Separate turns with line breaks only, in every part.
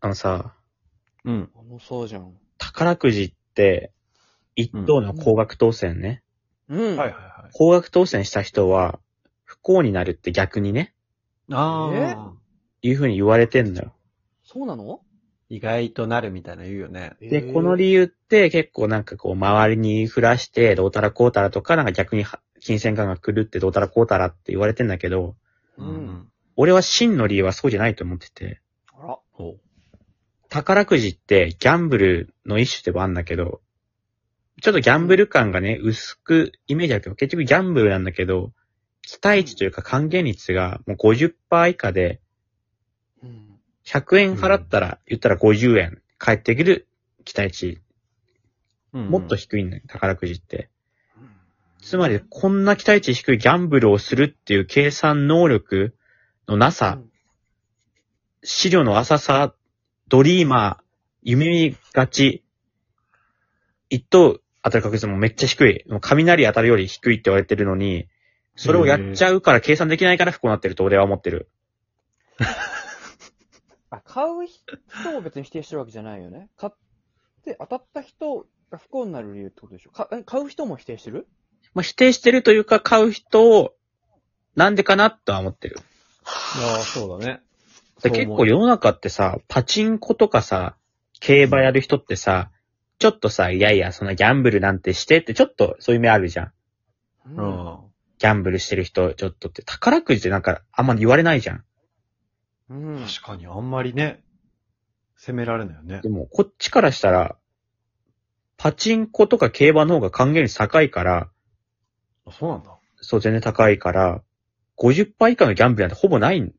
あのさ、
うん。
あの、そうじゃん。
宝くじって、一等の高額当選ね。
うん。
はいはいはい。
高額当選した人は、不幸になるって逆にね、
ああ、
いうふうに言われてんだよ。
そうなの
意外となるみたいな言うよね。
で、この理由って結構なんかこう、周りに降らして、どうたらこうたらとか、なんか逆には金銭感が狂ってどうたらこうたらって言われてんだけど、
うん。
俺は真の理由はそうじゃないと思ってて、
あら。
おう
宝くじってギャンブルの一種でもあるんだけど、ちょっとギャンブル感がね、薄くイメージあるけど、結局ギャンブルなんだけど、期待値というか還元率がもう50%以下で、
うん。
100円払ったら、言ったら50円返ってくる期待値、
うん
もっと低いんだよ、宝くじって。
うん
つまり、こんな期待値低いギャンブルをするっていう計算能力のなさ、資料の浅さ、ドリーマー、夢見がち、一等当たる確率もめっちゃ低い。もう雷当たるより低いって言われてるのに、それをやっちゃうから計算できないから不幸になってると俺は思ってる。
あ、買う人を別に否定してるわけじゃないよね。買って当たった人が不幸になる理由ってことでしょかえ買う人も否定してる
まあ、否定してるというか買う人を、なんでかなとは思ってる。
ああ、そうだね。
で結構世の中ってさ、パチンコとかさ、競馬やる人ってさ、ちょっとさ、いやいや、そんなギャンブルなんてしてって、ちょっとそういう目あるじゃん。
う
そう思う。
ギャンブルしてる人、ちょっとって。宝くじってなんか、あんまり言われないじゃん。
うん。
うん。確かに、あんまりね、責められないよね
で。も、こっちからしたら、パチンコとか競馬の方が還元率高いから、
あそうなんだ。
そう、全然高いから、50%以下のギャンブルなんてほぼないん。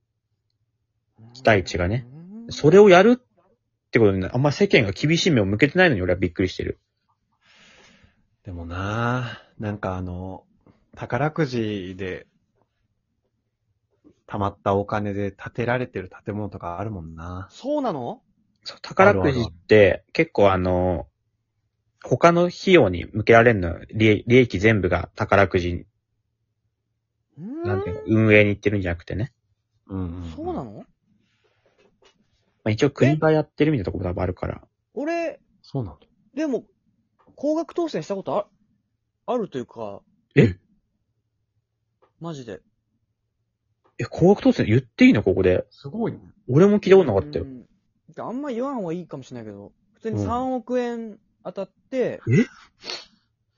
期待値がね
うん。
それをやるってことにな、あんま世間が厳しい目を向けてないのに俺はびっくりしてる。
でもなあ、なんかあの、宝くじで、貯まったお金で建てられてる建物とかあるもんな。
そうなの
そう、宝くじって、結構あの、他の費用に向けられるのよ利利益全部が宝くじに、
うん
なんていうの、運営に行ってるんじゃなくてね。
うん
そうなの
まあ、一応国がやってるみたいなところも多分あるから。
俺、
そうなんだ。
でも、高額当選したことあ、あるというか。
え
マジで。
え、高額当選言っていいのここで。
すごいね。
俺も聞いたことなかったよ
う。んであんま言わん方がいいかもしれないけど、普通に
うん
3億円当たって、
え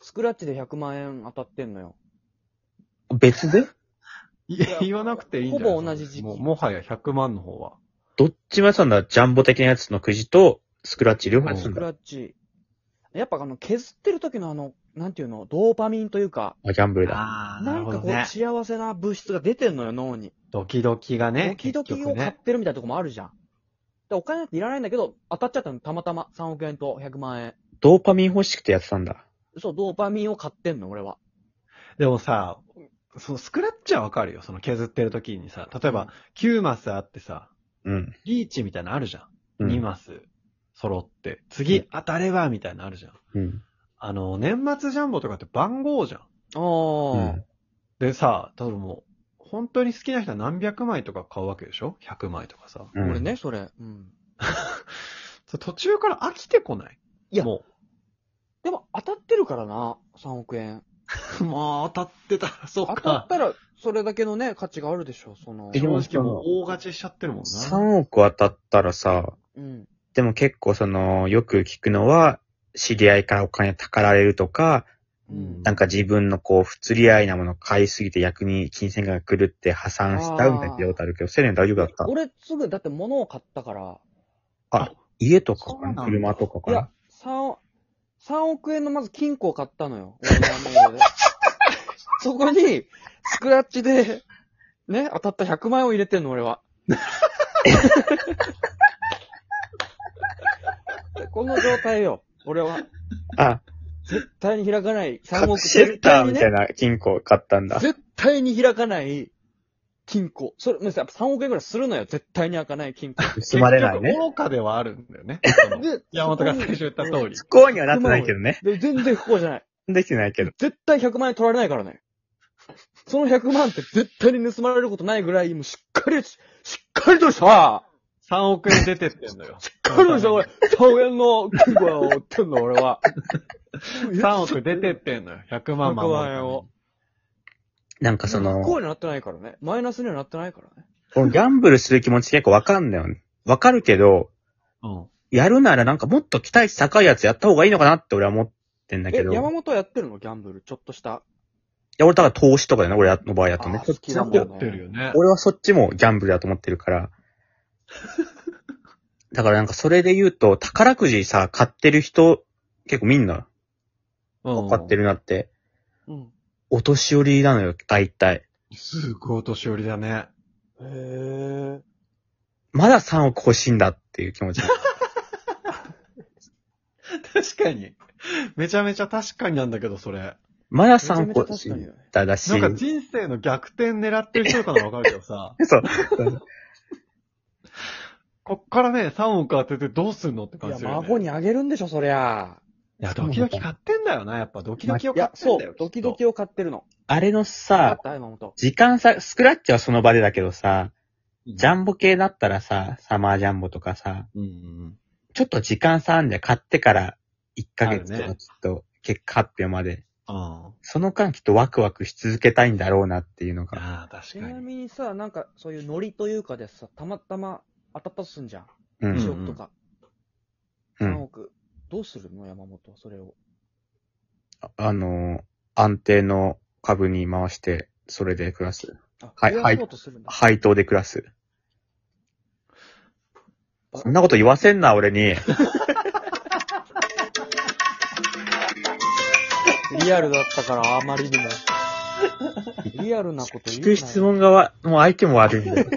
スクラッチで100万円当たってんのよ。
別で
いや言わなくていいんじゃない
ほぼ同じ時期
もうもはや100万の方は。
どっちもやってたんだ。ジャンボ的なやつのくじと、スクラッチ両方やってた
ス
ん
ク
だ。
ラッチ。やっぱあの、削ってる時のあの、なんていうの、ドーパミンというか、
あ、ギャンブルだ。
ああ、な
な
る
ん
ほ
か
ど
こう、
ね。
幸せな物質が出てんのよ、脳に。
ドキドキがね
ド。キドキ
結
を
局
買っ
ね。
てるみたいなとこもあるじゃん。でお金なんていらないんだけど、当たっちゃったの、たまたま3億円と100万円。
ドーパミン欲しくてやってたんだ。
そう、ドーパミンを買ってんの、俺は。
でもさ、そのスクラッチはわかるよ。その削ってる時にさ、例えば9マスあってさ、
うん。
リーチみたいなのあるじゃ。
うん
2
ん。
マス揃って、次当たればみたいなのあるじゃん。
うん。
あの、年末ジャンボとかって番号じゃん。
あ
う
ー。
ん。
でさ、例えばもう、本当に好きな人は何百枚とか買うわけでしょ ?100 枚とかさ。
うん
俺ね、。それ。うん。
それ途中から飽きてこない
いや
も
でも当たってるからな、3億円。
う、もう当たってたら、そう
当
か。
たったら、それだけのね、価値があるでしょ、その。
えで
正
も
直もう大勝ちしちゃってるもんな。
3億当たったらさ、
うん。
でも結構その、よく聞くのは、知り合いからお金たかられるとか、
うん。
なんか自分のこう、不釣り合いなもの買いすぎて逆に金銭が狂って破産しちゃうみたいなことあるけど、セレン大丈夫だった
俺すぐ、だって物を買ったから、
家とか
そう
か
なん
な
だ
車とかか
いや
な、
3、3億円のまず金庫を買った のよ。俺の名前で。そこに、スクラッチで、ね、当たった100万円を入れてんの、俺は。この状態よ、俺は。
あ、
絶対に開かない。3
核
億
シェルターみ
絶
た
対にね
いな金庫を買ったんだ。
絶対に開かない金庫。それ、もうさやっぱ3億円ぐらいするのよ。絶対に開かない金庫。
盗まれない
結
ね。
局愚かではあるんだよ ね。その
で、
山本が最初言った通 り。
不幸にはなってないけどね。
で、全然不幸じゃない。
できてないけど。
絶対100万円取られないからね。その100万って絶対に盗まれることないぐらい、もうしっかり、ししっかりとした、
3億円出てってんのよ。
しっかるでしょ、俺。100円の金庫を売ってんの、俺は。
3億出てってんのよ。100万
100万円を
を。
なんかそ
不幸
の、
にはなってないからね。マイナスにはなってないからね。
このギャンブルする気持ち結構わかんだよね。わかるけど、
うん。
やるならなんかもっと期待値高いやつやった方がいいのかなって俺は思ってんだけ
え、
ど。い
山本はやってるのギャンブル。ちょっとした。
や、俺だから投資とかだよね、俺の場合だとね
あ。好きだもん
や
ね
ってるよね。
俺はそっちもギャンブルだと思ってるから。 だからなんかそれで言うと、宝くじさ、買ってる人、結構みんな
分
買って
る。
るなって、
うん。
お年寄りなのよ、大体。
すごいお年寄りだね。
へえ。
まだ3億欲しいんだっていう気持ち。
確かに。めちゃめちゃ確かになんだけど、それ。
まだ
めちゃ
3
め
億
ちゃ
欲し
確
い
かに
ん
よね。
だだし。。
なんか人生の逆転狙ってる人かなわかるけど さ
そう。
こっからね、3億当ててどうすんのって
い
感じ
や、
するよね、
孫にあげるんでしょ、そりゃ。
いや、ドキドキ買ってんだよな、やっぱ。ドキドキを
い
買
や
っ、て
そ
んだよ。
う。ドキド
きっ
キを買ってるの。
あれの
あっ
さ、
た、山本。
時間さ、スクラッチはその場でだけどさ、
と。
ジャンボ系だったらさ、サマージャンボとかさ、
うんうん
ちょっと時間差あんじゃん買ってから1ヶ月と
ある
か
ね
ちょっと結果発表まで。
うん。あ
その間きっとワクワクし続けたいんだろうなっていうのが。
あ、確
ち
か
な
に。
みにさ、なんか、そういうノリというかでさ、たまたま当たったとすんじゃん。
うん。
1億とか、
う
3
ん。
億。どうするの、山本は、それを。
あのー、安定の株に回して、それで暮らす。
あ、
はい
増やそうとするんだ。
配当で暮らす。そんなこと言わせんな、俺に。
リアルだったから、 あまりにも。リアルなこと言う
聞
な
く
よ
質問がわ、もう相手も悪いんだよ。